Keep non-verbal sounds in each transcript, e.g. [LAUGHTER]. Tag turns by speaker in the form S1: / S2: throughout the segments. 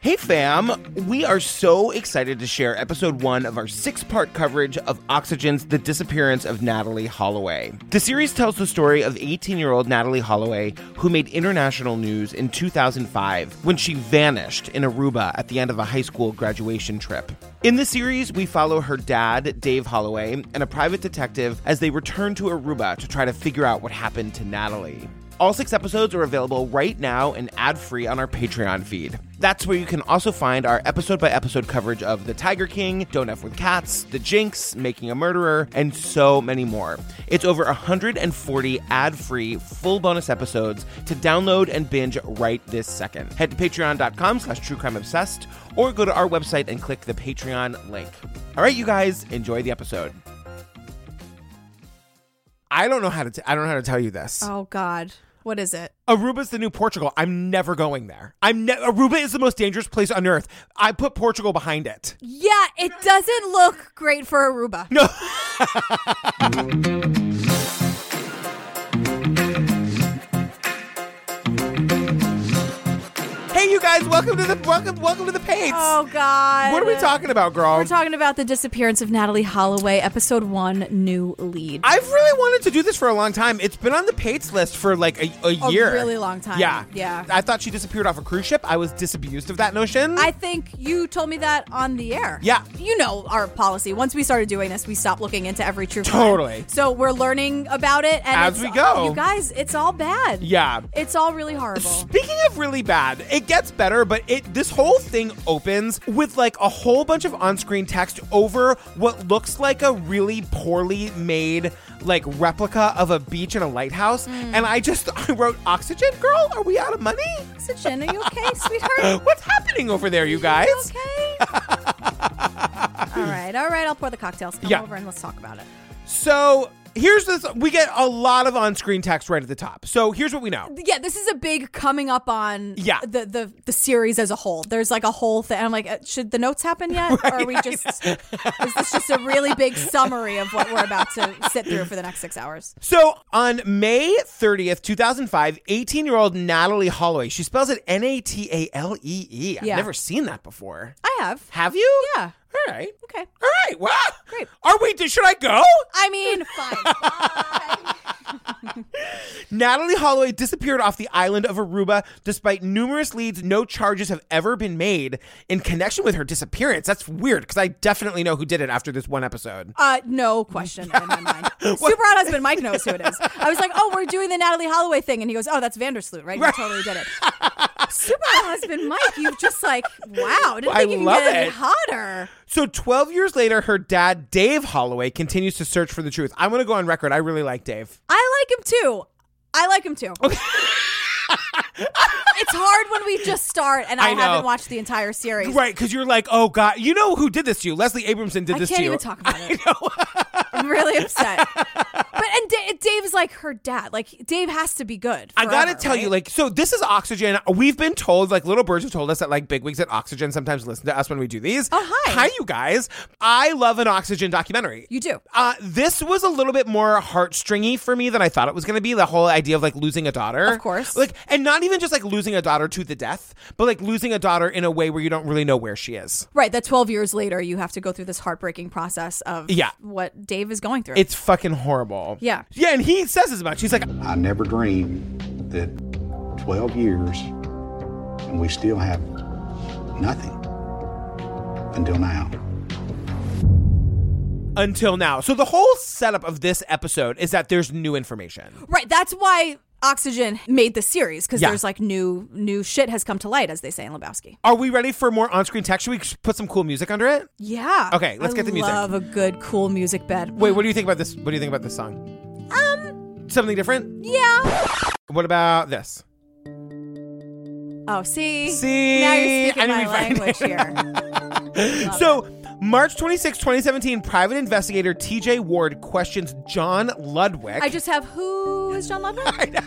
S1: Hey fam, we are so excited to share episode one of our six part coverage of Oxygen's The Disappearance of Natalie Holloway. The series tells the story of 18 year old Natalie Holloway, who made international news in 2005 when she vanished in Aruba at the end of a high school graduation trip. In the series, we follow her dad, Dave Holloway, and a private detective as they return to Aruba to try to figure out what happened to Natalie. All six episodes are available right now and ad free on our Patreon feed. That's where you can also find our episode by episode coverage of The Tiger King, Don't F with Cats, The Jinx, Making a Murderer, and so many more. It's over 140 ad free, full bonus episodes to download and binge right this second. Head to patreon.com slash truecrimeobsessed or go to our website and click the Patreon link. All right, you guys, enjoy the episode. I don't know how to t- I don't know how to tell you this.
S2: Oh God, what is it?
S1: Aruba's the new Portugal. I'm never going there. I'm ne- Aruba is the most dangerous place on earth. I put Portugal behind it.
S2: Yeah, it doesn't look great for Aruba.
S1: No. hey, you guys, welcome to the welcome welcome to the page.
S2: Oh God,
S1: what are we talking about, girl?
S2: We're talking about the disappearance of Natalie Holloway, episode one, new lead.
S1: I've really wanted to do this for a long time. It's been on the Pates list for like a, a
S2: A
S1: year.
S2: really long time.
S1: Yeah.
S2: yeah. I,
S1: I thought she disappeared off a cruise ship. I was disabused of that notion.
S2: think you told me that on the air.
S1: Yeah.
S2: you know our policy. Once we started doing this, we stopped looking into every true crime.
S1: Totally.
S2: So we're learning about it and
S1: As
S2: it's-
S1: we go.
S2: You guys, it's all bad.
S1: yeah.
S2: it's all really horrible.
S1: Speaking of really bad, it gets better, but it this whole thing opens with like a whole bunch of on-screen text over what looks like a really poorly made like replica of a beach and a lighthouse, and I just [LAUGHS] I wrote oxygen, girl. Are we out of money? [GASPS]
S2: Oxygen, are you okay, sweetheart?
S1: What's happening over there, you [GASPS] guys?
S2: You
S1: [LAUGHS]
S2: okay? all right, all right. I'll pour the cocktails. Come
S1: Yeah.
S2: over and let's talk about it.
S1: So here's this. We get a lot of on-screen text right at the top. So here's what we know.
S2: Yeah, this is a big coming up on
S1: Yeah.
S2: the, the the series as a whole. There's like a whole thing. I'm like, uh, should the notes
S1: [LAUGHS]
S2: happen yet? or are we just is this just a really big summary of what we're about to sit through for the next six hours?
S1: So on May 30th, 2005, 18 year old Natalie Holloway, she spells it N A T A L E E. I've
S2: Yeah.
S1: never seen that before.
S2: I have.
S1: Have you?
S2: Yeah.
S1: All right.
S2: Okay.
S1: All right. Wow.
S2: Great.
S1: Are we, should I go?
S2: I mean, fine. Bye.
S1: Natalie Holloway disappeared off the island of Aruba despite numerous leads. No charges have ever been made in connection with her disappearance. That's weird because I definitely know who did it after this one episode.
S2: Uh, no question in
S1: [LAUGHS]
S2: my mind. Super hot husband Mike knows who it is. I was like, oh, we're doing the Natalie Holloway thing, and he goes, oh, that's Vandersloot, right? You totally did it. Super hot husband Mike, you just like, wow, didn't
S1: I
S2: think you could
S1: love
S2: get any
S1: it.
S2: hotter.
S1: So 12 years later, her dad, Dave Holloway, continues to search for the truth. I want to go on record. I really like Dave.
S2: I like him too. I like him too. it's hard when we just start and I,
S1: I know.
S2: haven't watched the entire series.
S1: Right, because you're like, oh god, you know who did this to you? Leslie Abramson did
S2: I
S1: this
S2: can't
S1: to you.
S2: even talk about it.
S1: [LAUGHS]
S2: I'm really upset. But and D- Dave's like her dad. Like Dave has to be good.
S1: I gotta
S2: forever,
S1: tell you,
S2: right?
S1: like, so this is Oxygen. We've been told, like, little birds have told us that, like, bigwigs at Oxygen sometimes listen to us when we do these.
S2: Oh, hi.
S1: Hi, you guys. I love an Oxygen documentary.
S2: you do.
S1: Uh, this was a little bit more heartstringy for me than I thought it was going to be. The whole idea of like losing a daughter,
S2: Of course.
S1: like, and not even just like losing a daughter to the death, but like losing a daughter in a way where you don't really know where she is.
S2: Right, that 12 years later, you have to go through this heartbreaking process of
S1: Yeah.
S2: what Dave is going through.
S1: It's fucking horrible.
S2: Yeah.
S1: yeah, and he says as much. He's like,
S3: I never dreamed that 12 years and we still have nothing until now.
S1: until now. So the whole setup of this episode is that there's new information.
S2: right, that's why Oxygen made the series because
S1: Yeah.
S2: there's like new new shit has come to light, as they say in Lebowski.
S1: Are we ready for more on-screen text? Should we put some cool music under it?
S2: Yeah.
S1: Okay, let's
S2: I
S1: get the music.
S2: love a good, cool music bed.
S1: Wait, what do you think about this? What do you think about this song?
S2: Um,
S1: Something different?
S2: yeah.
S1: What about this?
S2: Oh, see?
S1: See?
S2: Now you're
S1: I
S2: speaking
S1: didn't
S2: my
S1: even find [LAUGHS]
S2: language here.
S1: So, March 26, 2017, private investigator TJ Ward questions John Ludwig.
S2: I just have who is John Ludwig?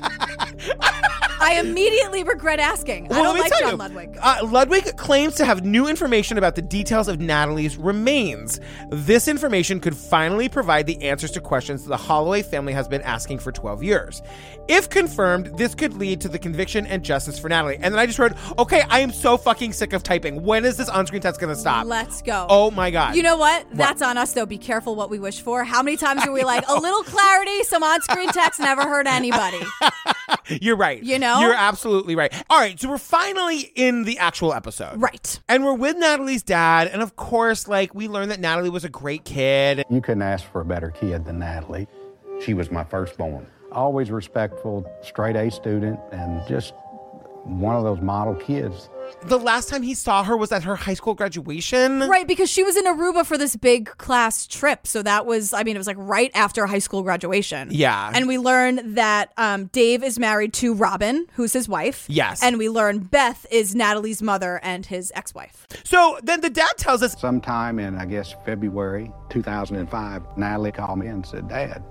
S2: I immediately regret asking. I
S1: Well,
S2: don't
S1: let me
S2: like
S1: tell
S2: John
S1: you,
S2: Ludwig.
S1: Uh, Ludwig claims to have new information about the details of Natalie's remains. This information could finally provide the answers to questions the Holloway family has been asking for 12 years. If confirmed, this could lead to the conviction and justice for Natalie. And then I just wrote, okay, I am so fucking sick of typing. When is this on screen test going to stop?
S2: Let's go.
S1: Oh my God.
S2: You know what? That's on us, though. Be careful what we wish for. How many times are we like, a little clarity, some on screen text never
S1: [LAUGHS]
S2: hurt anybody?
S1: You're right.
S2: You know?
S1: You're absolutely right. All right, so we're finally in the actual episode.
S2: right.
S1: And we're with Natalie's dad. And of course, like, we learned that Natalie was a great kid.
S3: You couldn't ask for a better kid than Natalie.
S4: She was my firstborn.
S3: Always respectful, straight A student, and just one of those model kids.
S1: The last time he saw her was at her high school graduation.
S2: Right, because she was in Aruba for this big class trip. So that was, I mean, it was like right after high school graduation.
S1: Yeah.
S2: And we learn that um, Dave is married to Robin, who's his wife.
S1: Yes.
S2: And we learn Beth is Natalie's mother and his ex wife.
S1: So then the dad tells us,
S3: Sometime in, I guess, February 2005, Natalie called me and said, Dad,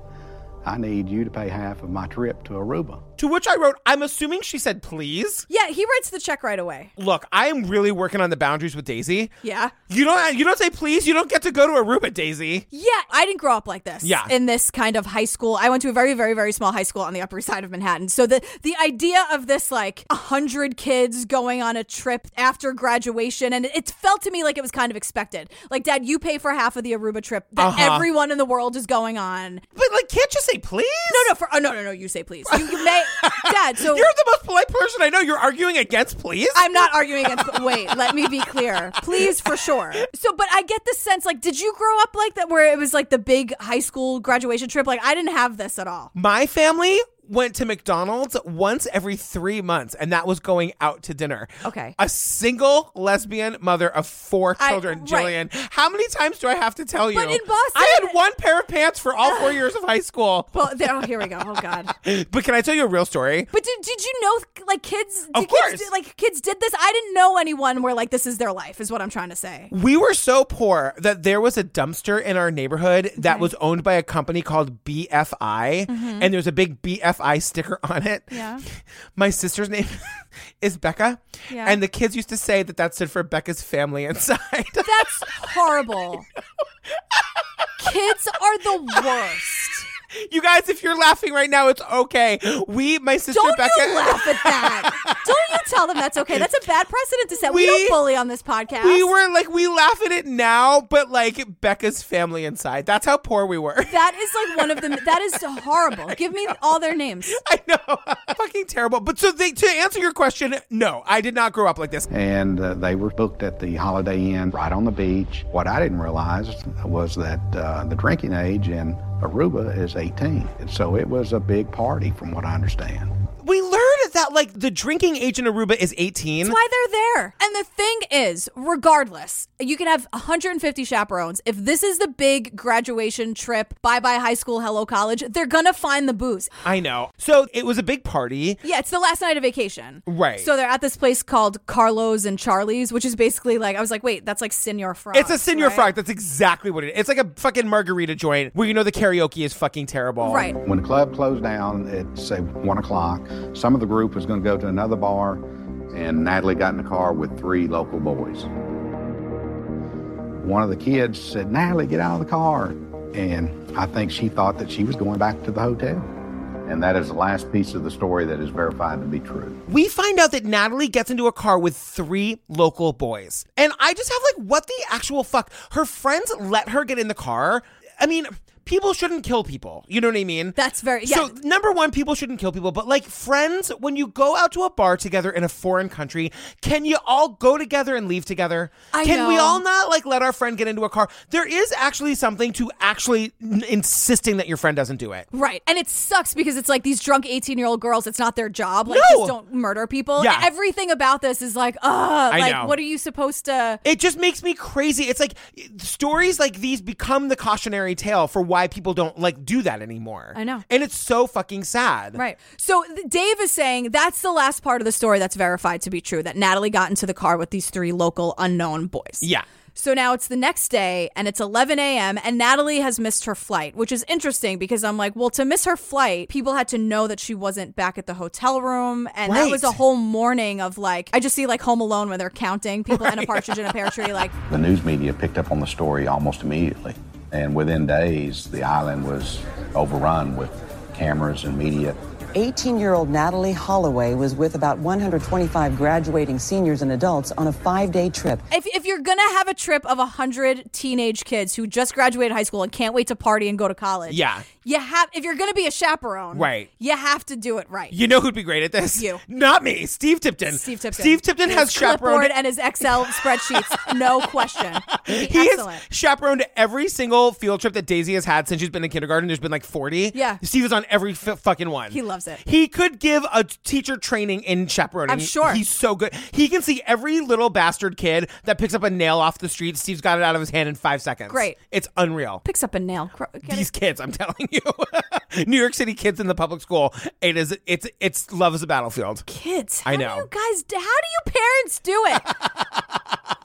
S3: I need you to pay half of my trip to Aruba.
S1: to which I wrote, I'm assuming she said, please.
S2: Yeah, he writes the check right away.
S1: Look, I am really working on the boundaries with Daisy.
S2: Yeah.
S1: You don't you don't say please, you don't get to go to Aruba, Daisy.
S2: Yeah, I didn't grow up like this.
S1: Yeah.
S2: In this kind of high school. I went to a very, very, very small high school on the Upper East Side of Manhattan. So the, the idea of this like a hundred kids going on a trip after graduation, and it, it felt to me like it was kind of expected. Like, Dad, you pay for half of the Aruba trip that
S1: Uh-huh.
S2: everyone in the world is going on.
S1: But like can't you say please?
S2: No, no, for oh no, no, no, you say please. You,
S1: [LAUGHS]
S2: you may Dad, so
S1: You're the most polite person I know. You're arguing against please?
S2: I'm not arguing against. But wait, let me be clear, please, for sure. So, but I get the sense like, did you grow up like that, where it was like the big high school graduation trip? Like, I didn't have this at all.
S1: My family went to McDonald's once every three months, and that was going out to dinner.
S2: Okay.
S1: A single lesbian mother of four
S2: I-
S1: children,
S2: right.
S1: Jillian. How many times do I have to tell you?
S2: But in Boston-
S1: I had one pair of pants for all four years of high school.
S2: Well, there, oh, here we go. Oh God.
S1: But can I tell you a real story?
S2: But did, did you know like kids? Did
S1: Of course.
S2: Kids, do- like kids did this. I didn't know anyone where like this is their life. Is what I'm trying to say.
S1: We were so poor that there was a dumpster in our neighborhood that was owned by a company called BFI, and there's a big BFI sticker on it.
S2: Mm-hmm. Yeah.
S1: [LAUGHS] My sister's name [LAUGHS] is Becca,
S2: Yeah.
S1: and the kids used to say that that stood for Becca's family inside. [LAUGHS]
S2: That's horrible. Kids are the worst.
S1: you guys, if you're laughing right now, it's okay. We, my sister
S2: Don't
S1: Becca,
S2: you laugh at that. Don't you tell them that's okay. That's a bad precedent to set. We,
S1: We-
S2: don't bully on this podcast.
S1: we were like we laugh at it now, but like Becca's family inside. That's how poor we were. [LAUGHS]
S2: That is like one of them. That is horrible. Give me all their names.
S1: I know, [LAUGHS] fucking terrible. But so they, to answer your question, no, I did not grow up like this.
S3: And uh, they were booked at the Holiday Inn right on the beach. What I didn't realize was that uh, the drinking age in Aruba is 18. And so it was a big party, from what I understand.
S1: We learned that like the drinking age in Aruba is 18.
S2: That's why they're there. And the thing is, regardless, you can have 150 chaperones. If this is the big graduation trip, bye bye high school, hello college, they're gonna find the booze.
S1: I know. So it was a big party.
S2: Yeah, it's the last night of vacation.
S1: Right.
S2: So they're at this place called Carlos and Charlie's, which is basically like I was like, wait, that's like Senor Frog.
S1: It's a senior
S2: right?
S1: frog. That's exactly what it is. It's like a fucking margarita joint where you know the karaoke is fucking terrible.
S2: Right.
S3: When the club closed down at, say, 1 o'clock, some of the group was going to go to another bar, and Natalie got in the car with three local boys. One of the kids said, Natalie, get out of the car. And I think she thought that she was going back to the hotel. And that is the last piece of the story that is verified to be true.
S1: We find out that Natalie gets into a car with three local boys. And I just have like, what the actual fuck? Her friends let her get in the car. I mean, people shouldn't kill people. You know what I mean?
S2: That's very-
S1: So,
S2: yeah.
S1: number one, people shouldn't kill people. But like, friends, when you go out to a bar together in a foreign country, can you all go together and leave together?
S2: I
S1: can we
S2: know.
S1: all not like let our friend get into a car? There is actually something to actually n- insisting that your friend doesn't do it.
S2: Right. And it sucks because it's like these drunk 18 year old girls, it's not their job. Like,
S1: No.
S2: just don't murder people.
S1: Yeah.
S2: Everything about this is like, ugh,
S1: I
S2: like,
S1: know.
S2: what are you supposed to.
S1: It just makes me crazy. It's like stories like these become the cautionary tale for why why people don't like do that anymore.
S2: I know.
S1: and it's so fucking sad.
S2: Right. So th- Dave is saying that's the last part of the story that's verified to be true that Natalie got into the car with these three local unknown boys.
S1: Yeah.
S2: So now it's the next day and it's 11 a.m. and Natalie has missed her flight, which is interesting because I'm like, well, to miss her flight, people had to know that she wasn't back at the hotel room. And that was
S1: Right.
S2: a whole morning of like, I just see like Home Alone when they're counting people in a partridge in a pear tree. Like,
S3: The news media picked up on the story almost immediately. And within days, the island was overrun with cameras and media.
S5: 18 year old Natalie Holloway was with about 125 graduating seniors and adults on a five day trip.
S2: if, if you're going to have a trip of 100 teenage kids who just graduated high school and can't wait to party and go to college,
S1: Yeah.
S2: you have, if you're going to be a chaperone,
S1: Right.
S2: you have to do it right.
S1: You know who'd be great at this?
S2: You.
S1: Not me. Steve Tipton.
S2: Steve Tipton.
S1: Steve Tipton
S2: His
S1: has chaperoned
S2: clipboard and his Excel spreadsheets, no question.
S1: [LAUGHS]
S2: He'd be
S1: He
S2: excellent.
S1: has chaperoned every single field trip that Daisy has had since she's been in kindergarten. There's been like 40.
S2: Yeah.
S1: Steve is on every f- fucking one.
S2: He loves it.
S1: He could give a t- teacher training in chaperoning.
S2: I'm sure.
S1: He's so good. He can see every little bastard kid that picks up a nail off the street. Steve's got it out of his hand in five seconds.
S2: Great.
S1: It's unreal.
S2: Picks up a nail. Cro- get
S1: These
S2: it?
S1: kids, I'm telling you, [LAUGHS] New York City kids in the public school, it is, it's, it's love is a battlefield.
S2: kids. How
S1: I
S2: Do
S1: know.
S2: you guys, how do you parents do it?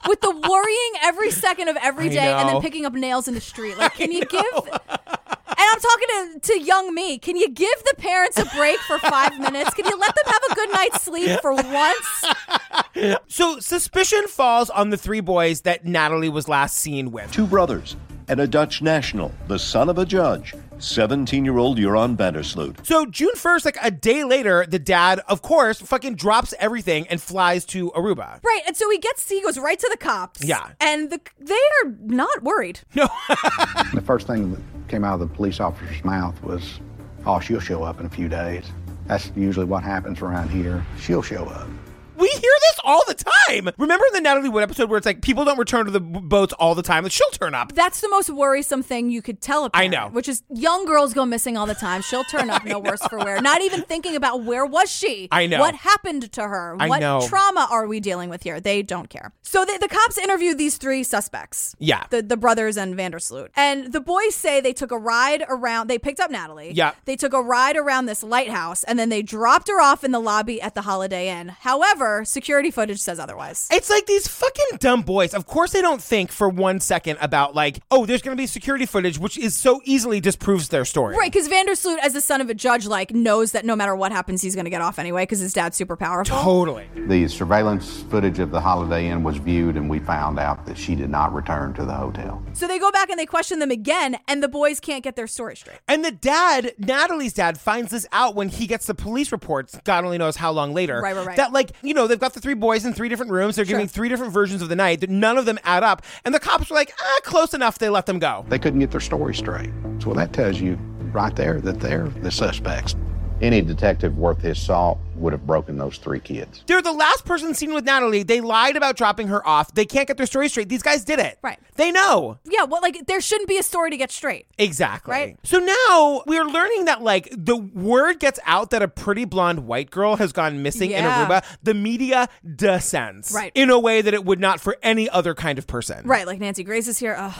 S1: [LAUGHS]
S2: With the worrying every second of every
S1: I
S2: day and
S1: know.
S2: then picking up nails in the street.
S1: [LAUGHS]
S2: Like, can you give. And I'm talking to, to young me. Can you give the parents a break for five minutes? Can you let them have a good night's sleep for once?
S1: So suspicion falls on the three boys that Natalie was last seen with.
S6: two brothers, and a Dutch national, the son of a judge, 17 year old Jeroen Bandersloot.
S1: So June 1st, like a day later, the dad, of course, fucking drops everything and flies to Aruba.
S2: Right. And so he gets, he goes right to the cops.
S1: Yeah.
S2: And the, they are not worried.
S3: The first thing that came out of the police officer's mouth was, oh, she'll show up in a few days. That's usually what happens around here. She'll show up.
S1: We hear this all the time. Remember the Natalie Wood episode where it's like people don't return to the b- boats all the time. She'll turn up.
S2: That's the most worrisome thing you could tell a
S1: I
S2: parent,
S1: know.
S2: Which is young girls go missing all the time. She'll turn up no worse for wear. Not even thinking about where was she?
S1: I know.
S2: What happened to her?
S1: I
S2: what
S1: know.
S2: trauma are we dealing with here? They don't care. So the, the cops interviewed these three suspects.
S1: Yeah.
S2: The the brothers and Vandersloot. And the boys say they took a ride around they picked up Natalie.
S1: Yeah.
S2: They took a ride around this lighthouse and then they dropped her off in the lobby at the Holiday Inn. However, security footage says otherwise.
S1: It's like these fucking dumb boys. Of course, they don't think for one second about like, oh, there's gonna be security footage, which is so easily disproves their story.
S2: Right, because Vandersloot, as the son of a judge, like knows that no matter what happens, he's going to get off anyway because his dad's super powerful.
S1: Totally.
S3: The surveillance footage of the Holiday Inn was viewed, and we found out that she did not return to the hotel.
S2: So they go back and they question them again, and the boys can't get their story straight.
S1: And the dad, Natalie's dad, finds this out when he gets the police reports, God only knows how long later.
S2: Right, right, right.
S1: That, like, you know, they've got the three boys in three different rooms. They're giving three different versions of the night. that None of them add up. And the cops were like, ah, close enough. They let them go.
S3: They couldn't get their story straight. So that tells you right there that they're the suspects. Any detective worth his salt would have broken those three kids.
S1: They're the last person seen with Natalie. They lied about dropping her off. They can't get their story straight. These guys did it.
S2: Right.
S1: They know.
S2: Yeah, well, like there shouldn't be a story to get straight.
S1: Exactly.
S2: Right.
S1: So now we're learning that like the word gets out that a pretty blonde white girl has gone missing
S2: Yeah.
S1: in Aruba. The media descends
S2: Right.
S1: in a way that it would not for any other kind of person.
S2: Right, like Nancy Grace is here. Ugh.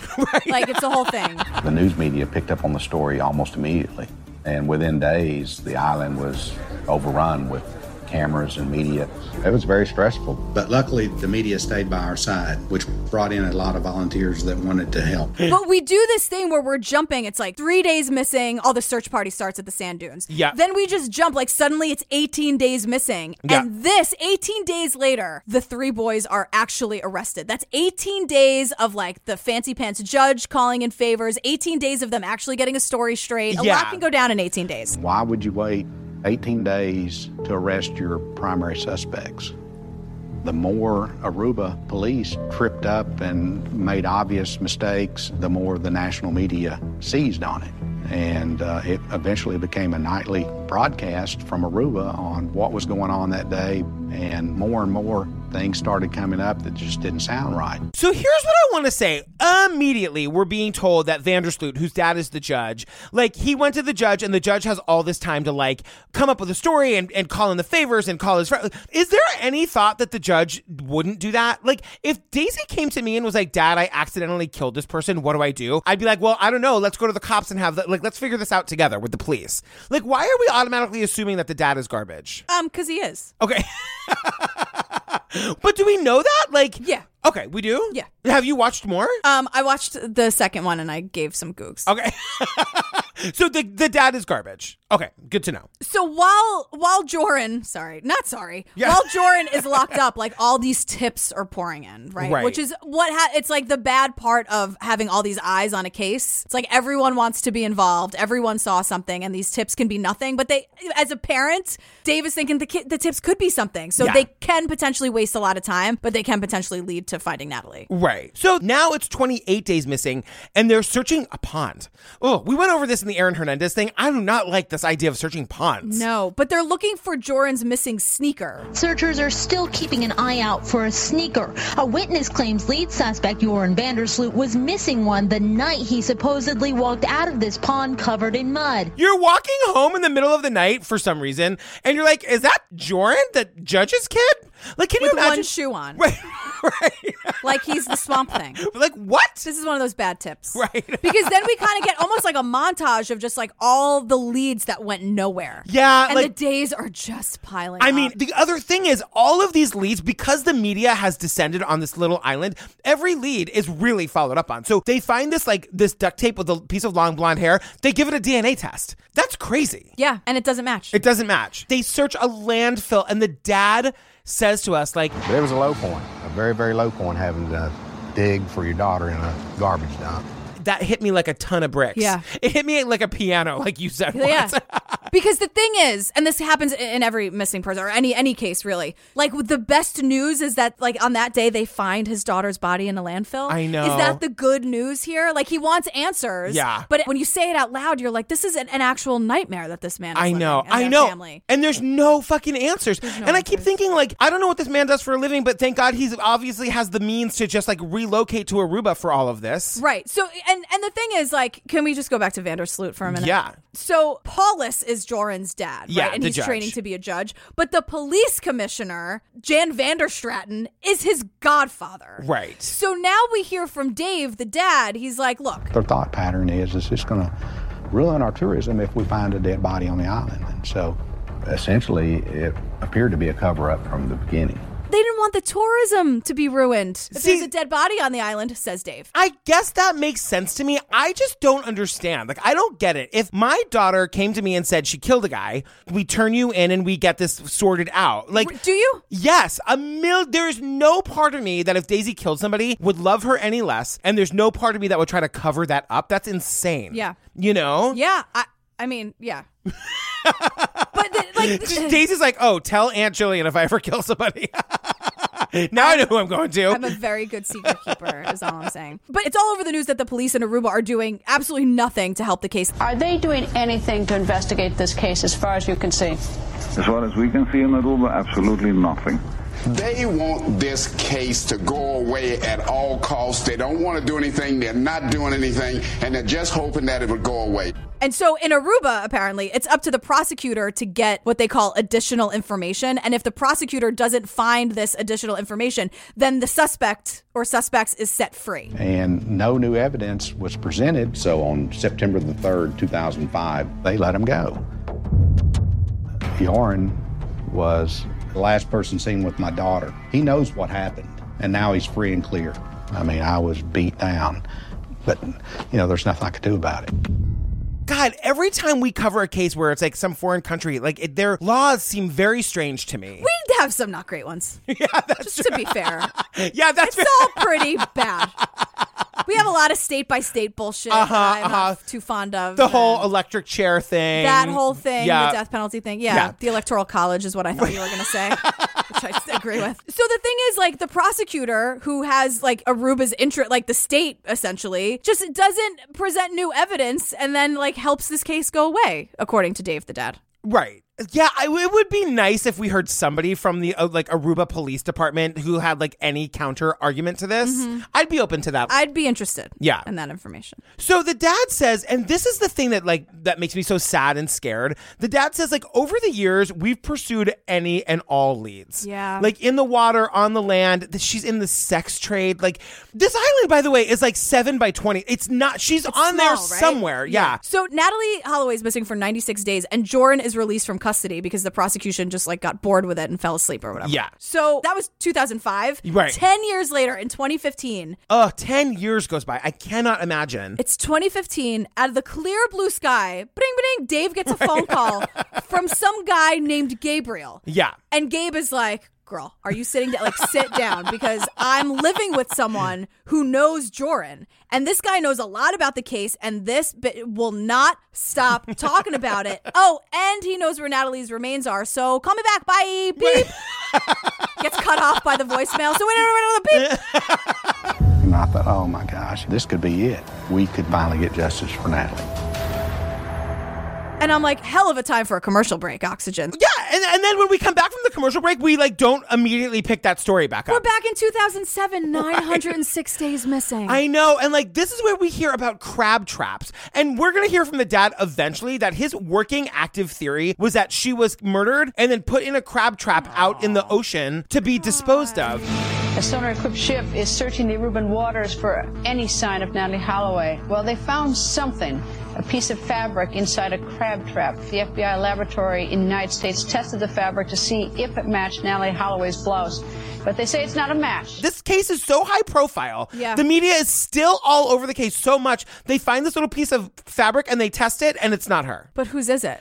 S2: Like it's the whole thing.
S3: The news media picked up on the story almost immediately. And within days, the island was overrun with cameras and media. It was very stressful. But luckily, the media stayed by our side, which brought in a lot of volunteers that wanted to help.
S2: But we do this thing where we're jumping. It's like three days missing. All the search party starts at the sand dunes.
S1: Yeah.
S2: Then we just jump. Like suddenly it's 18 days missing.
S1: Yeah.
S2: And this, 18 days later, the three boys are actually arrested. That's 18 days of like the fancy pants judge calling in favors, 18 days of them actually getting a story straight. A
S1: Yeah.
S2: lot can go down in 18 days.
S3: Why would you wait 18 days to arrest your primary suspects? The more Aruba police tripped up and made obvious mistakes, the more the national media seized on it. And uh, it eventually became a nightly broadcast from Aruba on what was going on that day. And more and more, things started coming up that just didn't sound right.
S1: So here's what I want to say. Immediately, we're being told that Vandersloot, whose dad is the judge, like he went to the judge, and the judge has all this time to like come up with a story and, and call in the favors and call his friend. Is there any thought that the judge wouldn't do that? Like, if Daisy came to me and was like, "Dad, I accidentally killed this person. What do I do?" I'd be like, "Well, I don't know. Let's go to the cops and have the, like let's figure this out together with the police." Like, why are we automatically assuming that the dad is garbage?
S2: Um, because he is.
S1: Okay. but do we know that? Like,
S2: Yeah.
S1: Okay, we do?
S2: Yeah.
S1: Have you watched more?
S2: Um, I watched the second one and I gave some gooks.
S1: Okay. so the, the dad is garbage. Okay, good to know.
S2: So while while Joran, sorry, not sorry,
S1: Yeah.
S2: while Joran is locked up, like all these tips are pouring in, right?
S1: Right.
S2: Which is what ha- it's like the bad part of having all these eyes on a case. It's like everyone wants to be involved, everyone saw something, and these tips can be nothing. But they, as a parent, Dave is thinking the ki- the tips could be something, so
S1: Yeah.
S2: they can potentially waste a lot of time, but they can potentially lead to finding Natalie.
S1: Right. So now it's 28 days missing, and they're searching a pond. Oh, we went over this in the Aaron Hernandez thing. I do not like this idea of searching ponds.
S2: No, but they're looking for Joran's missing sneaker.
S7: Searchers are still keeping an eye out for a sneaker. A witness claims lead suspect Joran Vandersloot was missing one the night he supposedly walked out of this pond covered in mud.
S1: You're walking home in the middle of the night for some reason, and you're like, is that Joran, the judge's kid? Like, can
S2: With
S1: you imagine?
S2: one shoe on,
S1: [LAUGHS] Right, right.
S2: like he's the swamp thing.
S1: like, what?
S2: This is one of those bad tips.
S1: [LAUGHS] Right.
S2: [LAUGHS] because then we kind of get almost like a montage of just like all the leads that went nowhere.
S1: Yeah,
S2: And
S1: like-
S2: the days are just piling
S1: I
S2: up.
S1: mean, the other thing is, all of these leads, because the media has descended on this little island, every lead is really followed up on. So they find this like this duct tape with a piece of long blonde hair. They give it a DNA test. That's crazy.
S2: yeah, and it doesn't match.
S1: It doesn't match. They search a landfill, and the dad says to us, like,
S3: But it was a low point, a very, very low point having to dig for your daughter in a garbage dump.
S1: that hit me like a ton of bricks.
S2: Yeah.
S1: It hit me like a piano, like you said
S2: yeah.
S1: once. [LAUGHS]
S2: because the thing is, and this happens in- in every missing person or any any case really. Like with the best news is that like on that day they find his daughter's body in a landfill.
S1: I know.
S2: Is that the good news here? Like he wants answers.
S1: Yeah.
S2: But when you say it out loud, you're like, this is an, an actual nightmare that this man. Is
S1: I
S2: living
S1: know,
S2: and
S1: I
S2: their
S1: know.
S2: Family.
S1: And there's no fucking answers. and I keep thinking, like, I don't know what this man does for a living, but thank God he's obviously has the means to just like relocate to Aruba for all of this.
S2: Right. So and and the thing is like can we just go back to Vandersloot for a minute?
S1: Yeah.
S2: So Paulus is Joran's dad,
S1: Yeah,
S2: right? And
S1: the
S2: he's
S1: judge.
S2: training to be a judge, but the police commissioner, Jan Vanderstraten, is his godfather.
S1: Right.
S2: So now we hear from Dave, the dad. He's like, "Look,
S3: Their thought pattern is it's just going to ruin our tourism if we find a dead body on the island. And so essentially, it appeared to be a cover up from the beginning.
S2: they didn't want the tourism to be ruined. If
S1: See-
S2: there's a dead body on the island," says
S1: [LAUGHS]
S2: Dave.
S1: I guess that makes sense to me. I just don't understand. Like, I don't get it. If my daughter came to me and said she killed a guy, we turn you in and we get this sorted out. Like,
S2: Do you?
S1: Yes, a mil. There's no part of me that if Daisy killed somebody would love her any less, and there's no part of me that would try to cover that up. That's insane.
S2: Yeah.
S1: you know.
S2: Yeah. I I mean, yeah. but the,
S1: [LAUGHS]
S2: like
S1: Daisy's like, oh, tell Aunt Jillian if I ever kill somebody. [LAUGHS] now i know who I'm going to.
S2: I'm a very good secret keeper, is all I'm saying. But it's all over the news that the police in Aruba are doing absolutely nothing to help the case.
S8: Are they doing anything to investigate this case as far as you can see?
S9: As far as we can see in Aruba, absolutely nothing.
S10: They want this case to go away at all costs. They don't want to do anything. They're not doing anything. And they're just hoping that it would go away.
S2: And so in Aruba, apparently, it's up to the prosecutor to get what they call additional information. And if the prosecutor doesn't find this additional information, then the suspect or suspects is set free.
S3: And no new evidence was presented, so
S4: So on September the 3rd, 2005,
S3: they let him go. Bjorn was
S4: the last person seen with my daughter,
S3: He knows what happened, and now he's free and clear. I mean, I was beat down, but, you know, there's nothing I could do about it.
S1: God, every time we cover a case where it's like some foreign country, like it, their laws seem very strange to me.
S2: We have some not
S1: [LAUGHS]
S2: great ones. Yeah, that's Just to be fair.
S1: yeah, [LAUGHS] that's
S2: It's all pretty bad. We have a lot of state by state bullshit. that I'm not too fond
S1: [LAUGHS]
S2: of
S1: Uh-huh, the
S2: And-
S1: whole electric chair thing.
S2: That whole thing,
S1: Yeah.
S2: the death penalty thing. Yeah,
S1: Yeah.
S2: The electoral college is what I thought you were going
S1: [LAUGHS]
S2: to say, which I agree with. So the thing is, like, the prosecutor who has, like, Aruba's interest, like, the state essentially, just doesn't present new evidence and then, like, helps this case go away, according to Dave the dad.
S1: Right. Yeah, I, it would be nice if we heard somebody from the uh, like Aruba Police Department who had like any counter argument to this.
S2: Mhm.
S1: I'd be open to that.
S2: I'd be interested.
S1: Yeah.
S2: in that information.
S1: So the dad says, and this is the thing that like that makes me so sad and scared. The dad says, like over the years, we've pursued any and all leads.
S2: Yeah.
S1: Like in the water, on the land. th- She's in the sex trade. Like this island, by the way, is like seven by twenty. It's not. She's on there
S2: small, right?
S1: somewhere. Yeah.
S2: So Natalie Holloway is missing for 96 days, and Joran is released from custody because the prosecution just like got bored with it and fell asleep or whatever.
S1: Yeah.
S2: So that was 2005.
S1: Right.
S2: Ten years later, in 2015,
S1: Oh, 10 years goes by. I cannot imagine.
S2: It's 2015. Out of the clear blue sky, bing, bing, Dave gets a phone call from some guy named Gabriel.
S1: yeah.
S2: And Gabe is like, girl, are you sitting down? Like, sit down because I'm living with someone who knows Joran. And this guy knows a lot about the case, and this bit will not stop talking about it. Oh, and he knows where Natalie's remains are. So call me back. Bye. Beep. Gets cut off by the voicemail. So wait, wait, wait, wait, beep.
S4: And I thought,
S3: Oh my gosh, this could be it. We could finally get justice for Natalie.
S2: And I'm like, hell of a time for a commercial break, Oxygen.
S1: Yeah. And, and then when we come back from the commercial break, we like don't immediately pick that story back up.
S2: We're back in 2007, 906 days missing.
S1: I know. And like, this is where we hear about crab traps. And we're going to hear from the dad eventually that his working active theory was that she was murdered and then put in a crab trap out in the ocean to be disposed of.
S8: A sonar equipped ship is searching the Aruban waters for any sign of Natalie Holloway. Well, they found something a piece of fabric inside a crab trap. The FBI laboratory in the United States tested the fabric to see if it matched Natalie Holloway's blouse, but they say it's not a match.
S1: This case is so high profile.
S8: Yeah.
S1: The media is still all over the case so much. They find this little piece of fabric and they test it and it's not her.
S2: But whose is it?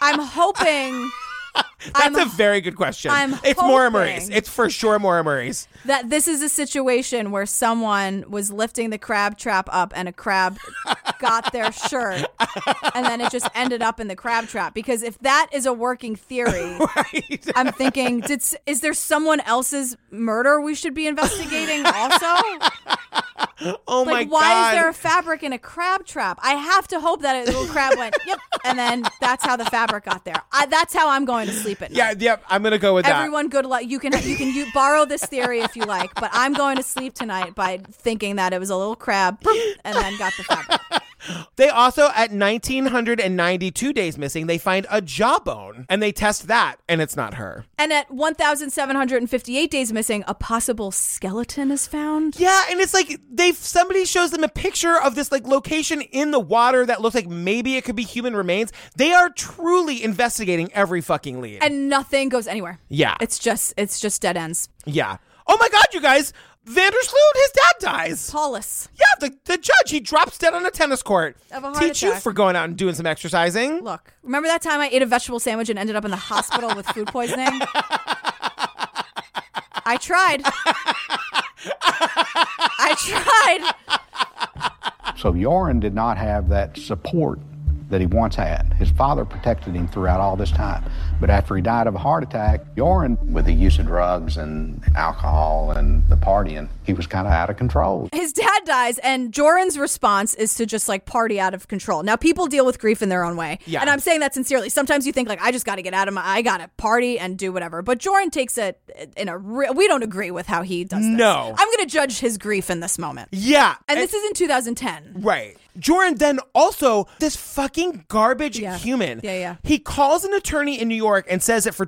S2: I'm hoping
S1: That's a very good question.
S2: I'm
S1: it's Maura Murray's.
S2: hoping-
S1: It's for sure Maura Murray's.
S2: that this is a situation where someone was lifting the crab trap up and a crab got their shirt and then it just ended up in the crab trap because if that is a working theory i'm thinking did, s- is there someone else's murder we should be investigating also
S1: [LAUGHS] Oh my
S2: like, why
S1: God.
S2: is there a fabric in a crab trap? I have to hope that a little crab
S1: [LAUGHS]
S2: went, yep, and then that's how the fabric got there. I, that's how I'm going to sleep at night.
S1: yeah, yep. I'm going to go with that.
S2: Everyone, good luck. You can you can you borrow this theory if you like, but I'm going to sleep tonight by thinking that it was a little crab, boop, and then got the fabric.
S1: They also, at 1,992 days missing, they find a jawbone and they test that and it's not her.
S2: And at 1,758 days missing, a possible skeleton is found.
S1: Yeah, and it's like they somebody shows them a picture of this like location in the water that looks like maybe it could be human remains. They are truly investigating every fucking lead.
S2: and nothing goes anywhere.
S1: Yeah.
S2: it's just it's just dead ends.
S1: yeah. Oh my god, you guys, Vandersloot, his dad dies.
S2: Paulus.
S1: Yeah, the, the judge, he drops dead on a tennis court.
S2: Of a heart
S1: Teach you
S2: attack.
S1: for going out and doing some exercising.
S2: Look, remember that time I ate a vegetable sandwich and ended up in the hospital with food poisoning? I tried. I tried.
S3: So Yoren did not have that support that he once had. His father protected him throughout all this time. But after he died of a heart attack, Yoren, with the use of drugs and alcohol and the partying, he was kind of out of control.
S2: His dad dies, and Joran's response is to just like party out of control. Now, people deal with grief in their own way.
S1: Yeah.
S2: And I'm saying that sincerely. Sometimes you think, like, I just got to get out of my, I got to party and do whatever. But Joran takes it in a real, we don't agree with how he does this.
S1: No.
S2: I'm going to judge his grief in this moment.
S1: Yeah.
S2: And this is in 2010.
S1: Right. Jordan then also this fucking garbage human.
S2: Yeah, yeah.
S1: He calls an attorney in New York and says that for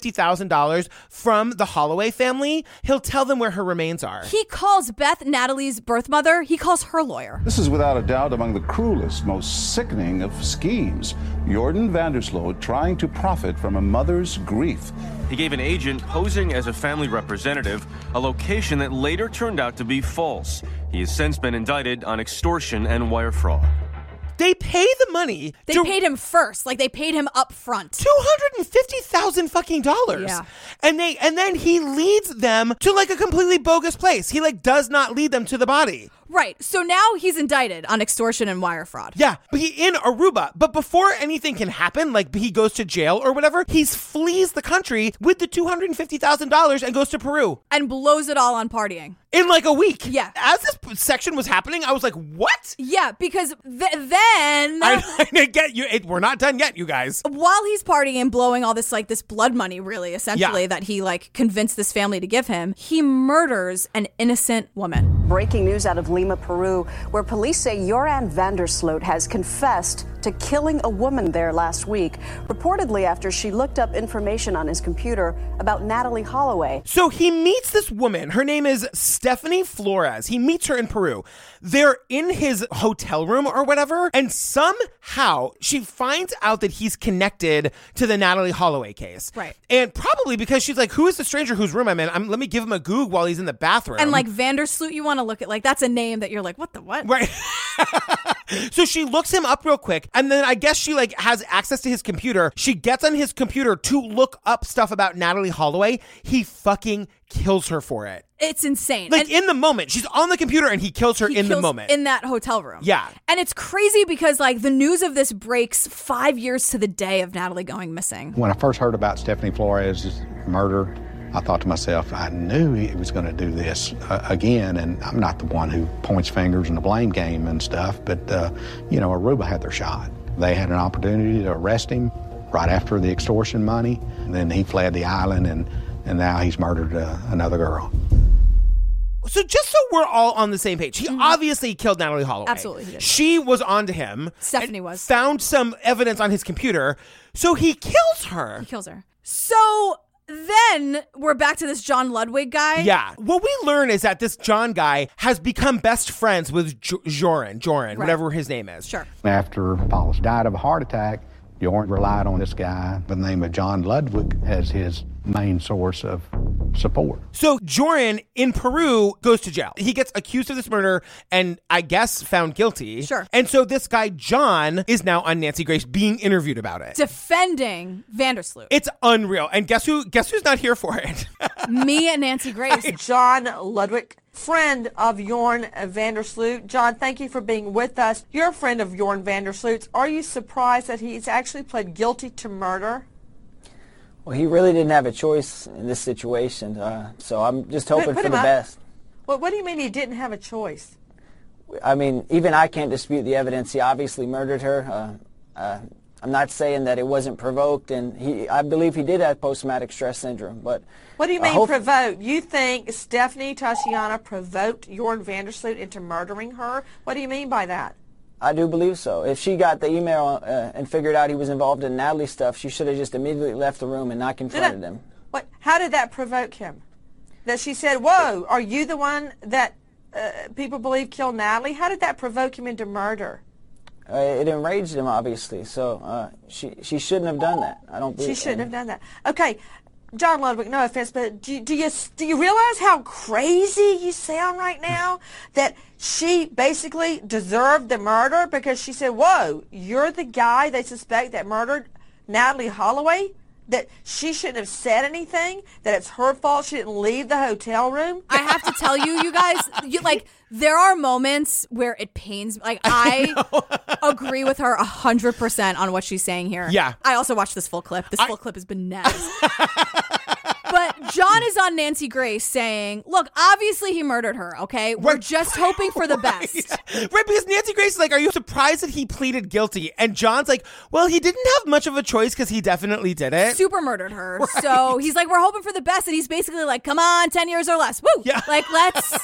S1: $250,000 from the Holloway family, he'll tell them where her remains are.
S2: He calls Beth, Natalie's birth mother, he calls her lawyer.
S11: This is without a doubt among the cruelest, most sickening of schemes. Jordan Vandersloot trying to profit from a mother's grief.
S12: He gave an agent posing as a family representative a location that later turned out to be false. He has since been indicted on extortion and wire fraud.
S1: They pay the money.
S2: They paid him first. Like they paid him up front.
S1: Two hundred and fifty thousand fucking dollars.
S2: Yeah.
S1: And they and then he leads them to like a completely bogus place. He like does not lead them to the body.
S2: Right. So now he's indicted on extortion and wire fraud.
S1: Yeah, but he in Aruba. But before anything can happen, like he goes to jail or whatever, he flees the country with the two hundred and fifty thousand dollars and goes to Peru
S2: and blows it all on partying
S1: in like a week.
S2: Yeah.
S1: As this p- section was happening, I was like, "What?"
S2: Yeah, because th- then [LAUGHS]
S1: I, [LAUGHS] I get you. It, we're not done yet, you guys.
S2: while he's partying and blowing all this like this blood money, really essentially
S1: Yeah.
S2: that he like convinced this family to give him, he murders an innocent woman.
S13: Breaking news out of Lima, Peru, where police say Joran Vandersloot has confessed to killing a woman there last week, reportedly after she looked up information on his computer about Natalie Holloway.
S1: So he meets this woman. Her name is Stephanie Flores. He meets her in Peru. They're in his hotel room or whatever, and somehow she finds out that he's connected to the Natalie Holloway case.
S2: Right.
S1: And probably because she's like, who is the stranger whose room I'm in? I'm, let me give him a goog while he's in the bathroom.
S2: And like Vandersloot, you want to look at like that's a name that you're like, what the what?
S1: Right. [LAUGHS] So she looks him up real quick, and then I guess she like has access to his computer. She gets on his computer to look up stuff about Natalie Holloway. He fucking kills her for it.
S2: It's insane.
S1: Like
S2: And
S1: in the moment, she's on the computer and he kills her
S2: he
S1: in the
S2: kills
S1: moment.
S2: in that hotel room.
S1: yeah.
S2: And it's crazy because like the news of this breaks five years to the day of Natalie going missing.
S3: When I first heard about Stephanie Flores' murder, I thought to myself, I knew he was going to do this uh, again. And I'm not the one who points fingers in the blame game and stuff, but, uh, you know, Aruba had their shot. They had an opportunity to arrest him right after the extortion money. And then he fled the island, and, and now he's murdered uh, another girl.
S1: So just so we're all on the same page, he obviously killed Natalie Holloway.
S2: Mm-hmm. Absolutely, he did.
S1: She was onto him.
S2: Stephanie was.
S1: Found some evidence on his computer. So he kills her.
S2: He kills her. So then we're back to this John Ludwig guy.
S1: Yeah. What we learn is that this John guy has become best friends with J- Joran, Joran, whatever his name is.
S2: Sure.
S3: After Paulus died of a heart attack, Jorn relied on this guy by the name of John Ludwig as his main source of support.
S1: So Joran in Peru goes to jail. He gets accused of this murder and I guess found guilty. Sure. And so this guy John is now on Nancy Grace being interviewed about it.
S2: Defending Vandersloot.
S1: It's unreal. And guess who guess who's not here for it?
S2: Me and Nancy
S1: [LAUGHS]
S2: Grace.
S14: John Ludwig, friend of Jorn Vandersloot. John, thank you for being with us. You're a friend of Jorn Vandersloot's. Are you surprised that he's actually pled guilty to murder?
S15: Well, he really didn't have a choice in this situation, uh, so I'm just
S14: Put-
S15: hoping
S14: put
S15: for
S14: him
S15: the
S14: up.
S15: best.
S14: What, what do you mean he didn't have a choice?
S15: I mean, even I can't dispute the evidence. He obviously murdered her. Uh, uh, I'm not saying that it wasn't provoked, and he, I believe he did have post-traumatic stress syndrome. But
S14: What do you
S15: I
S14: mean
S15: hope-
S14: provoke? You think Stephanie Tatiana provoked Jorn Vandersloot into murdering her? What do you mean by that?
S15: I do believe so. If she got the email uh, and figured out he was involved in Natalie stuff, she should have just immediately left the room and not confronted him.
S14: What? How did that provoke him? That she said, "Whoa, are you the one that uh, people believe killed Natalie?" How did that provoke him into murder?
S15: Uh, it enraged him, obviously. So uh, she she shouldn't have done that. I don't. Believe uh,
S14: She shouldn't
S15: and-
S14: have done that. Okay, John Ludwig. No offense, but do, do you do you realize how crazy you sound right now? that she basically deserved the murder because she said, "Whoa, Oh, you're the guy they suspect that murdered Natalie Holloway." That she shouldn't have said anything. That it's her fault. She didn't leave the hotel room.
S2: I have to tell you, you guys, you, like there are moments where it pains. Like I,
S1: [LAUGHS]
S2: agree with her hundred percent on what she's saying here.
S1: Yeah.
S2: I also watched this full clip. This full clip has been nuts. but John is on Nancy Grace saying, "Look, obviously he murdered her. Okay,
S1: [LAUGHS]
S2: we're just hoping for [LAUGHS] the best."
S1: Right, because Nancy Grace is like, Are you surprised that he pleaded guilty? And John's like, Well, he didn't have much of a choice because he definitely did it.
S2: Super murdered her. So he's like, we're hoping for the best. And he's basically like, come on, 10 years or less. Woo. Like,
S1: [LAUGHS]
S2: let's.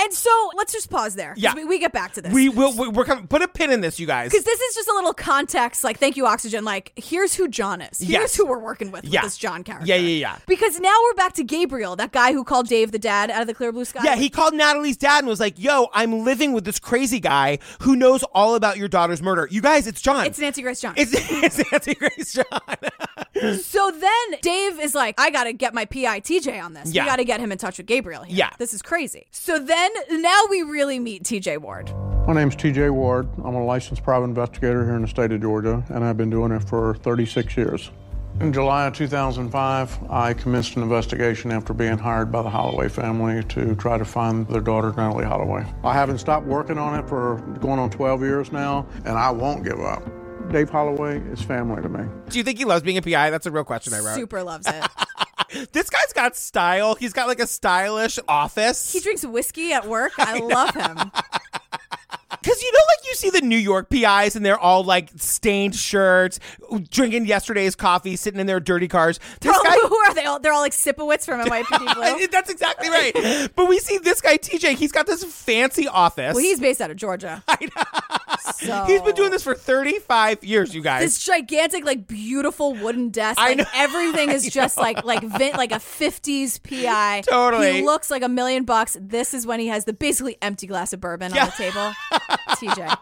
S2: and so let's just pause there. 'cause
S1: Yeah.
S2: We, we get back to this.
S1: We will, we- we're coming, put a pin in this, you guys.
S2: Because this is just a little context. Like, thank you, Oxygen. Like, here's who John is. Here's
S1: Yes.
S2: who we're working with
S1: Yeah.
S2: with this John character.
S1: Yeah, yeah, yeah.
S2: Because now we're back to Gabriel, that guy who called Dave the dad out of the clear blue sky.
S1: Yeah, he called Natalie's dad and was like, Yo, I'm living with this crazy guy who knows all about your daughter's murder. You guys, it's John.
S2: [LAUGHS] It's Nancy Grace John.
S1: it's [LAUGHS] Nancy Grace John. [LAUGHS]
S2: so then Dave is like, I gotta get my PITJ on this.
S1: Yeah.
S2: We gotta get him in touch with Gabriel. Here.
S16: Yeah.
S2: This is crazy. So then now we really meet TJ Ward.
S16: My name's TJ Ward. I'm a licensed private investigator here in the state of Georgia, and I've been doing it for 36 years. In July of 2005, I commenced an investigation after being hired by the Holloway family to try to find their daughter, Natalie Holloway. I haven't stopped working on it for going on 12 years now, and I won't give up. Dave Holloway is family to me.
S1: Do you think he loves being a PI? That's a real question I wrote.
S2: Super loves
S1: [LAUGHS]
S2: it.
S1: This guy's got style. He's got like a stylish office.
S2: he drinks whiskey at work. I love him. [LAUGHS]
S1: Because you know, like you see the New York PIs and they're all like stained shirts, drinking yesterday's coffee, sitting in their dirty cars. This guy,
S2: Who are they? All, they're all like
S1: [LAUGHS]
S2: Sipowitz from NYPD Blue.
S1: That's exactly right. but we see this guy TJ. He's got this fancy office.
S2: Well, he's based out
S1: [LAUGHS]
S2: of Georgia.
S1: he's been doing this for thirty-five years, you guys.
S2: This gigantic, like beautiful wooden desk.
S1: I
S2: Like
S1: know. [LAUGHS]
S2: everything is
S1: I
S2: just
S1: know.
S2: like like vin- like a fifties PI.
S1: Totally.
S2: He looks like a million bucks. This is when he has the basically empty glass of bourbon on the table. TJ.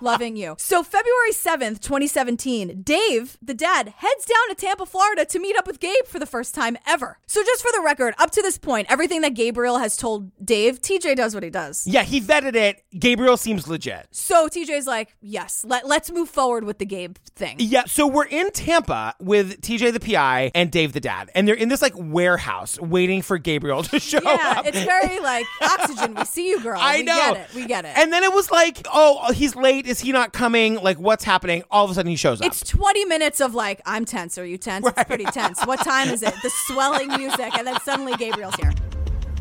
S2: Loving you. So February 7th, 2017, Dave, the dad, heads down to Tampa, Florida to meet up with Gabe for the first time ever. So just for the record, up to this point, everything that Gabriel has told Dave, TJ does what he does.
S1: yeah, he vetted it. Gabriel seems legit.
S2: So TJ's like, yes, let, let's move forward with the Gabe thing.
S1: Yeah, so we're in Tampa with TJ the PI and Dave the dad, and they're in this like warehouse waiting for Gabriel to [LAUGHS] show
S2: Yeah,
S1: up.
S2: it's very like oxygen. We see you, girl.
S1: [LAUGHS] I
S2: we
S1: know.
S2: get it. We get it.
S1: And then it was like, oh, he's late. Is he not coming? Like, what's happening? All of a sudden, he shows up.
S2: It's 20 minutes of like, I'm tense. Are you tense? It's pretty tense. What time is it?
S1: [LAUGHS]
S2: The swelling music. And then suddenly Gabriel's here.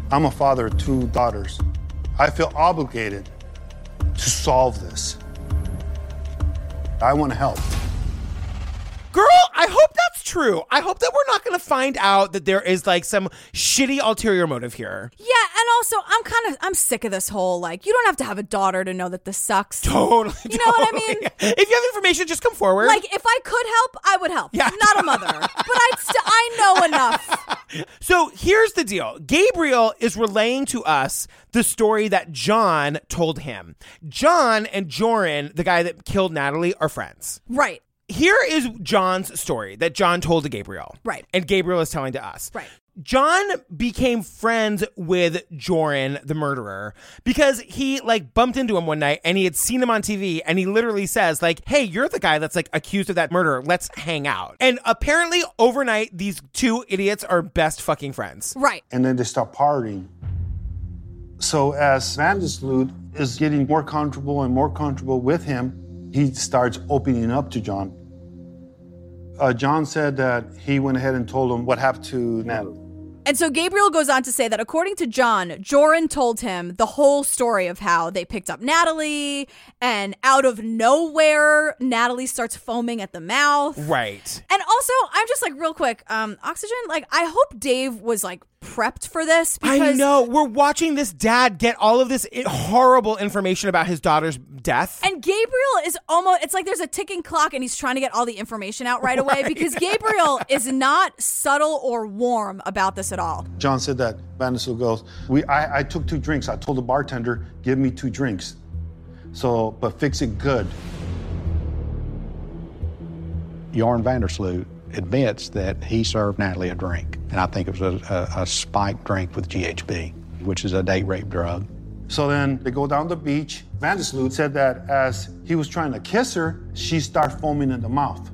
S17: I'm a father of two daughters. I feel obligated to solve this. I want to help.
S1: Girl, I hope that's true. I hope that we're not going to find out that there is like some shitty ulterior motive here.
S2: Yeah, and also I'm kind of I'm sick of this whole like you don't have to have a daughter to know that this sucks.
S1: [LAUGHS] Totally.
S2: You know what I mean?
S1: [LAUGHS] If you have information, just come forward.
S2: Like if I could help, I would help. Yeah. Not a mother, but I st- I know enough.
S1: [LAUGHS] So here's the deal Gabriel is relaying to us the story that John told him. John and Joran, the guy that killed Natalie, are friends.
S2: Right.
S1: Here is John's story that John told to Gabriel.
S2: Right.
S1: And Gabriel is telling to us.
S2: Right.
S1: John became friends with Joran, the murderer, because he like bumped into him one night and he had seen him on TV and he literally says, like, hey, you're the guy that's like accused of that murder. Let's hang out. And apparently overnight, these two idiots are best fucking friends.
S2: Right.
S17: And then they start partying. So as Vandersloot is getting more comfortable and more comfortable with him, he starts opening up to John. Uh, John said that he went ahead and told him what happened to Natalie.
S2: And so Gabriel goes on to say that according to John, Joran told him the whole story of how they picked up Natalie and out of nowhere Natalie starts foaming at the mouth.
S1: Right.
S2: And also, I'm just like real quick, um, oxygen. Like, I hope Dave was like prepped for this because
S1: I know. We're watching this dad get all of this i- horrible information about his daughter's death.
S2: And Gabriel is almost, it's like there's a ticking clock and he's trying to get all the information out right away
S17: Right.
S2: because Gabriel is not subtle or warm about this at all.
S17: John said that Vandersloot goes, we, I, I took two drinks. I told the bartender, give me two drinks. So, but fix it good.
S3: Jorn Vandersloot admits that he served Natalie a drink, and I think it was a, a, a spiked drink with GHB, which is a date rape drug.
S17: So then they go down the beach. Vandersloot said that as he was trying to kiss her, she started foaming in the mouth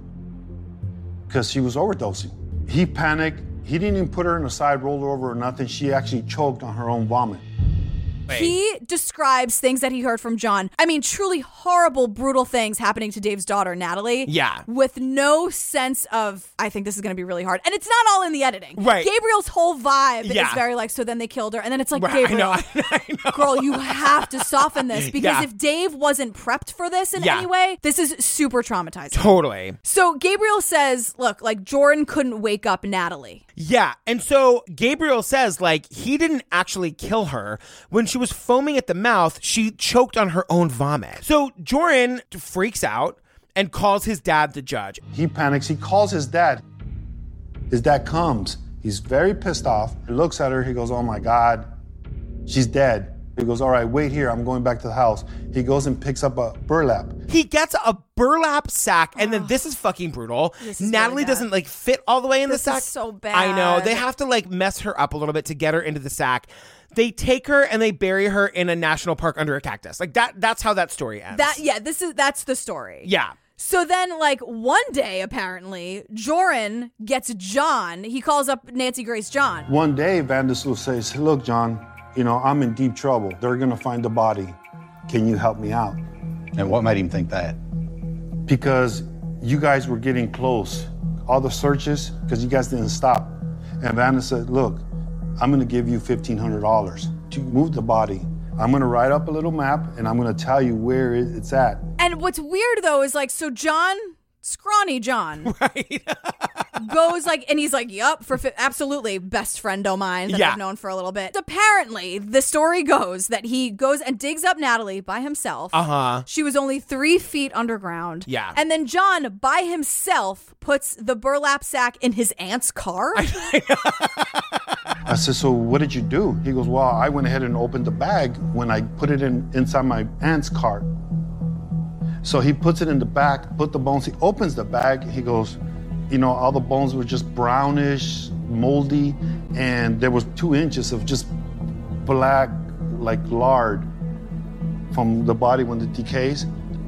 S17: because she was overdosing. He panicked. He didn't even put her in a side, rolled her over or nothing. She actually choked on her own vomit.
S2: He describes things that he heard from John. I mean, truly horrible, brutal things happening to Dave's daughter, Natalie.
S1: Yeah.
S2: With no sense of, I think this is going to be really hard. And it's not all in the editing.
S1: Right.
S2: Gabriel's whole vibe
S1: Yeah.
S2: is very like, so then they killed her. And then it's like,
S1: Right, [LAUGHS] I
S2: Gabriel,
S1: know,
S2: [LAUGHS] girl, you have to
S1: [LAUGHS]
S2: soften this because
S1: Yeah.
S2: if Dave wasn't prepped for this in
S1: Yeah.
S2: any way, this is super traumatizing.
S1: Totally.
S2: So Gabriel says, look, like Jordan couldn't wake up Natalie.
S1: Yeah. And so Gabriel says, like, he didn't actually kill her. When she was foaming at the mouth, she choked on her own vomit. So Joran freaks out and calls his dad the judge.
S17: He panics. He calls his dad. His dad comes. He's very pissed off. He looks at her. He goes, Oh my God, she's dead. He goes, All right, wait here. I'm going back to the house. He goes and picks up a burlap.
S1: He gets a burlap sack, and then this is fucking brutal. Natalie doesn't like fit all the way in
S2: This
S1: the sack.
S2: is so
S1: I know.
S2: bad.
S1: They have to like mess her up a little bit to get her into the sack. They take her and they bury her in a national park under a cactus. Like that. That's how that story ends.
S2: That yeah, this is that's the story.
S1: yeah.
S2: So then, like one day, apparently, Joran gets John. He calls up Nancy Grace John.
S17: One day, Vandesloot says, Look, John, you know, I'm in deep trouble. They're going to find the body. Can you help me out?
S3: And what made him think that?
S17: Because you guys were getting close. All the searches, because you guys didn't stop. And Vanna said, Look, I'm going to give you $1,500 to move the body. I'm going to write up a little map and I'm going to tell you where it- it's at.
S2: And what's weird though is like, so John, scrawny John, right, goes like, and he's like, "Yup, for fi- absolutely best friend of mine that
S1: Yeah.
S2: I've known for a little bit." Apparently, the story goes that he goes and digs up Natalie by himself.
S1: Uh huh.
S2: She was only three feet underground.
S1: Yeah.
S2: And then John, by himself, puts the burlap sack in his aunt's car.
S17: I said, So what did you do? He goes, Well, I went ahead and opened the bag when I put it in inside my aunt's cart. So he puts it in the back, put the bones, he opens the bag, he goes, you know, all the bones were just brownish, moldy, and there was two inches of just black like lard from the body when it decays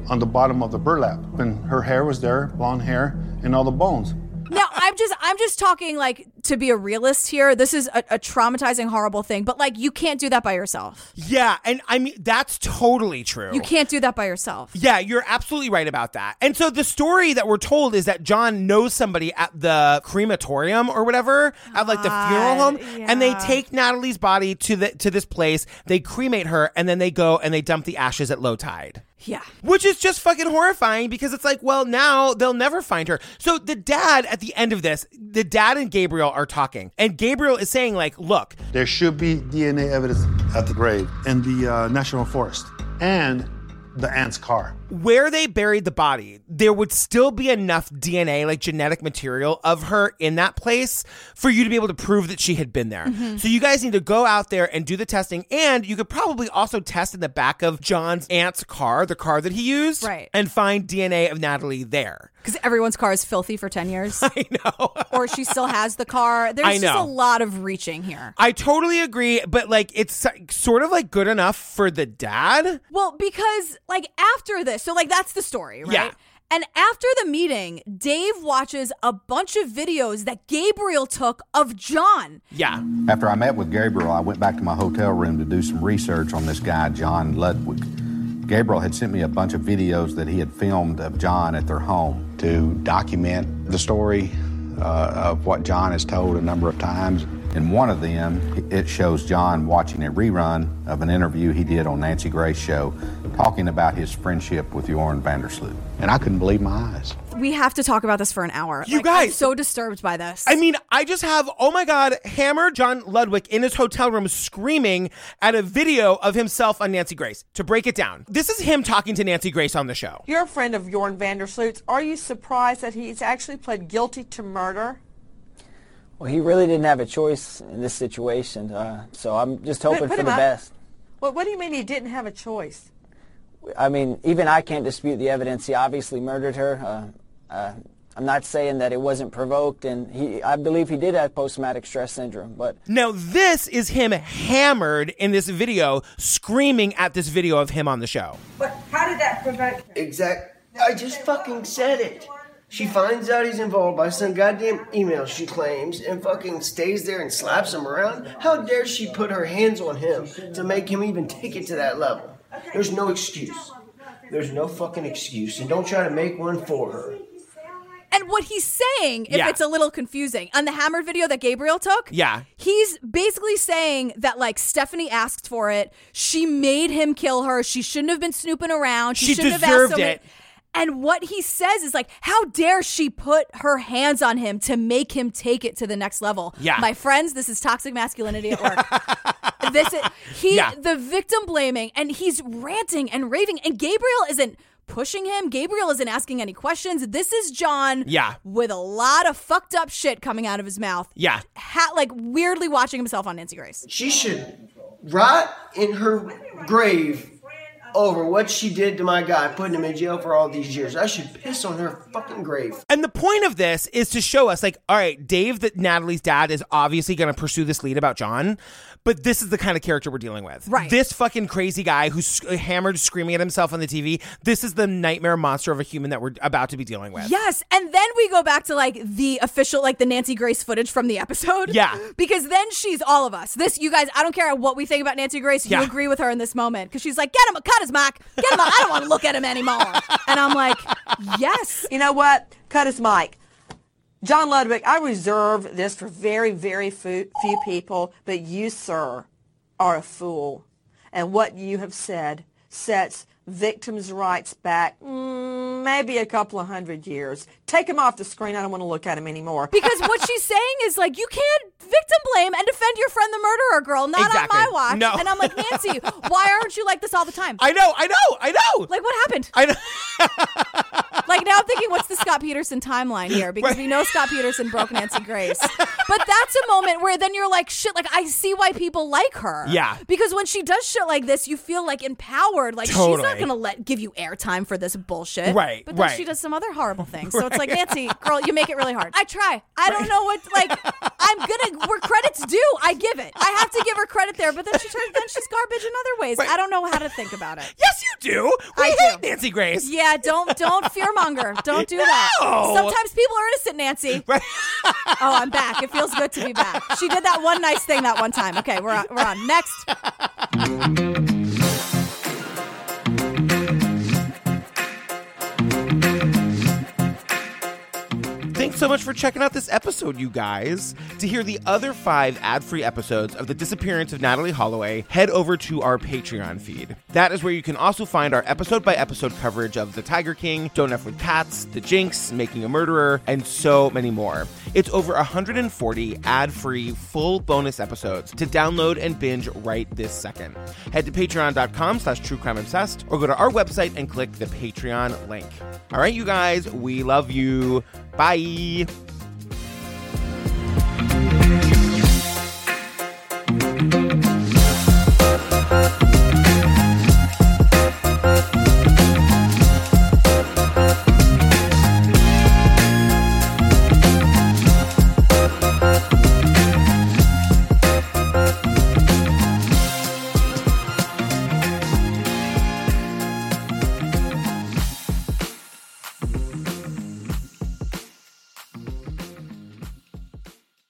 S17: on the bottom of the burlap. And her hair was there, blonde hair, and all the bones.
S2: now i'm just i'm just talking like to be a realist here this is a, a traumatizing horrible thing but like you can't do that by yourself
S1: Yeah, and I mean that's totally true.
S2: you can't do that by yourself
S1: Oh. Yeah, you're absolutely right about that. And so the story that we're told is that John knows somebody at the crematorium or whatever, at like the funeral home, and they take Natalie's body to the to this place. They cremate her, and then they go and they dump the ashes at low tide.
S2: Yeah.
S1: Which is just fucking horrifying because it's like, well, now they'll never find her. So the dad at the end of this, the dad and Gabriel are talking. And Gabriel is saying, like, look,
S17: There should be DNA evidence at the grave in the uh, National Forest and the ant's car.
S1: where they buried the body, there would still be enough DNA, like genetic material of her in that place for you to be able to prove that she had been there.
S18: Mhm.
S1: So you guys need to go out there and do the testing. And you could probably also test in the back of John's aunt's car, the car that he used,
S2: Right.
S1: and find DNA of Natalie there.
S2: because everyone's car is filthy for 10
S1: [LAUGHS]
S2: years i
S1: know
S2: or she still has the car there's
S1: I
S2: just
S1: know.
S2: a lot of reaching here
S1: I totally agree, but like it's like, sort of like good enough for the dad.
S2: well because like after this so like that's the story right
S1: Yeah.
S2: And after the meeting, Dave watches a bunch of videos that Gabriel took of John.
S1: Yeah.
S3: After I met with Gabriel, I went back to my hotel room to do some research on this guy, John Ludwig. Gabriel had sent me a bunch of videos that he had filmed of John at their home to document the story uh, of what John has told a number of times. In one of them, it shows John watching a rerun of an interview he did on Nancy Grace show talking about his friendship with Joran Vandersloot. And I couldn't believe my eyes.
S2: We have to talk about this for an hour.
S1: You
S2: Like, I'm
S1: guys-
S2: so disturbed by this.
S1: I mean, I just have, oh my God, hammer John Ludwig in his hotel room screaming at a video of himself on Nancy Grace. To break it down, this is him talking to Nancy Grace on the show.
S14: You're a friend of Jorn Vandersloot's. Are you surprised that he's actually pled guilty to murder?
S15: Well, he really didn't have a choice in this situation, uh, so I'm just
S14: Put-
S15: hoping
S14: put
S15: for
S14: him
S15: the
S14: up.
S15: best.
S14: What, what do you mean he didn't have a choice?
S15: I mean, even I can't dispute the evidence. He obviously murdered her. Uh, uh, I'm not saying that it wasn't provoked, and he, I believe he did have post-traumatic stress syndrome, but
S1: Now, this is him hammered in this video, screaming at this video of him on the show.
S19: How did that provoke Exact. I just fucking said it. She finds out he's involved by some goddamn email she claims and fucking stays there and slaps him around. How dare she put her hands on him to make him even take it to that level? There's no excuse. There's no fucking excuse. And don't try to make one for her.
S2: And what he's saying, if
S19: Yeah.
S2: it's a little confusing, on the hammered video that Gabriel took,
S19: Yeah.
S2: he's basically saying that like Stephanie asked for it. She made him kill her. She shouldn't have been snooping around. She,
S1: She
S2: shouldn't have asked
S1: deserved
S2: so many-
S1: it.
S2: And what he says is like, how dare she put her hands on him to make him take it to the next level?
S1: Yeah.
S2: my friends, this is toxic masculinity at work.
S1: [LAUGHS]
S2: this is he,
S1: Yeah.
S2: the victim blaming, and he's ranting and raving. And Gabriel isn't pushing him. Gabriel isn't asking any questions. This is John
S1: Yeah.
S2: with a lot of fucked up shit coming out of his mouth.
S1: Yeah.
S2: Ha- like weirdly watching himself on Nancy Grace.
S19: She should rot in her grave over what she did to my guy, putting him in jail for all these years. I should piss on her fucking grave.
S1: And the point of this is to show us, like, all right, Dave, that Natalie's dad is obviously going to pursue this lead about John, but this is the kind of character we're dealing with.
S2: Right.
S1: This fucking crazy guy who's sc- hammered, screaming at himself on the TV. This is the nightmare monster of a human that we're about to be dealing with.
S2: Yes, and then we go back to like the official, like the Nancy Grace footage from the episode.
S1: Yeah.
S2: because then she's all of us. This, you guys, I don't care what we think about Nancy Grace. You
S1: Yeah.
S2: agree with her in this moment because she's like, "Get him, cut his mic, get him. I don't want to look at him anymore." And I'm
S1: [LAUGHS]
S2: like, yes.
S14: You know what? Cut his mic. John Ludwig, I reserve this for very, very few, few people, but you, sir, are a fool. And what you have said sets victims' rights back mm, maybe a couple of hundred years. Take him off the screen. I don't want to look at him anymore.
S2: Because what she's saying is like, you can't victim blame and defend your friend the murderer girl, not
S1: Exactly.
S2: on my watch.
S1: No.
S2: And I'm like, Nancy, why aren't you like this all the time?
S1: I know, I know, I know.
S2: Like, what happened?
S1: I know.
S2: like, now I'm thinking, what's the Scott Peterson timeline here? Because we know Scott Peterson broke Nancy Grace. But that's a moment where then you're like, shit, like, I see why people like her.
S1: Yeah.
S2: Because when she does shit like this, you feel like empowered. Like, she's
S1: Totally.
S2: not going to let give you airtime for this bullshit.
S1: Right,
S2: But then
S1: right.
S2: she does some other horrible things. So it's like,
S1: Right.
S2: Nancy, girl, you make it
S1: [LAUGHS]
S2: really hard. I try. I don't know what, like, I'm going to, where credit's due, I give it. I have to give her credit there. But then she turns, then she's garbage in other ways. I don't know how to think about
S1: [LAUGHS]
S2: it.
S1: Yes, you do. We
S2: I
S1: hate
S2: do.
S1: Nancy Grace.
S2: Yeah, don't don't fearmonger. Don't do that.
S1: No.
S2: Sometimes people are innocent, Nancy. oh, I'm back. It feels good to be back. She did that one nice thing that one time. Okay, we're on, we're on. Next.
S1: Thanks so much for checking out this episode, you guys. To hear the other five ad free episodes of The Disappearance of Natalie Holloway, head over to our Patreon feed. That is where you can also find our episode by episode coverage of The Tiger King, Don't F with Cats, The Jinx, Making a Murderer, and so many more. It's over 140 ad free, full bonus episodes to download and binge right this second. Head to patreon.com slash true crime obsessed or go to our website and click the Patreon link. All right, you guys, we love you. Bye.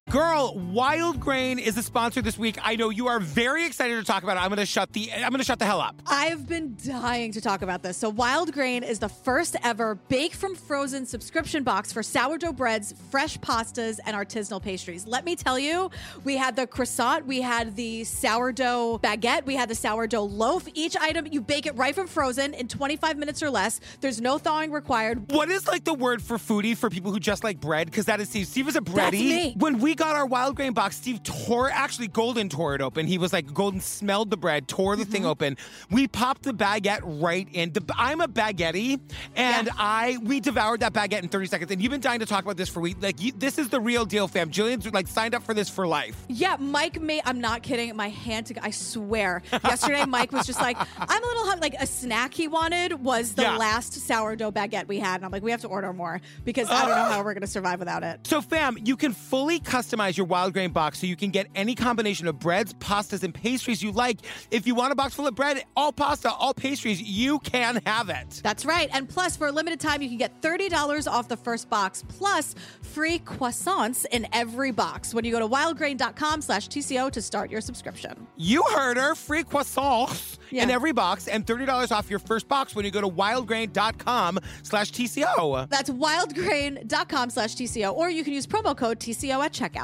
S1: Girl, Wild Grain is the sponsor this week. I know you are very excited to talk about it. I'm going to shut the I'm going to shut the hell up.
S2: I've been dying to talk about this. So, Wild Grain is the first ever bake from frozen subscription box for sourdough breads, fresh pastas, and artisanal pastries. Let me tell you, we had the croissant, we had the sourdough baguette, we had the sourdough loaf. Each item, you bake it right from frozen in 25 minutes or less. There's no thawing required.
S1: What is like the word for foodie for people who just like bread? Because that is Steve. Steve is a bready.
S2: me.
S1: When we got our wild grain box, Steve tore actually Golden tore it open. He was like Golden smelled the bread, tore the thing open. We popped the baguette right in. The, I'm a baguette, and I we devoured that baguette in 30 seconds. And you've been dying to talk about this for weeks. Like you, this is the real deal, fam. Jillian's like signed up for this for life.
S2: Yeah, Mike made. I'm not kidding. My hand to. I swear. Yesterday, Mike was just like, I'm a little hungry. Like a snack he wanted was the
S1: Yeah.
S2: last sourdough baguette we had, and I'm like, we have to order more because I don't know how we're gonna survive without it.
S1: So, fam, you can fully customize your wild grain box so you can get any combination of breads, pastas, and pastries you like. If you want a box full of bread, all pasta, all pastries, you can have it.
S2: That's right. And plus, for a limited time, you can get $30 off the first box, plus free croissants in every box when you go to wildgrain.com slash TCO to start your subscription.
S1: You heard her. Free croissants in
S2: Yeah.
S1: every box and $30 off your first box when you go to wildgrain.com slash TCO.
S2: That's wildgrain.com slash TCO, or you can use promo code TCO at checkout.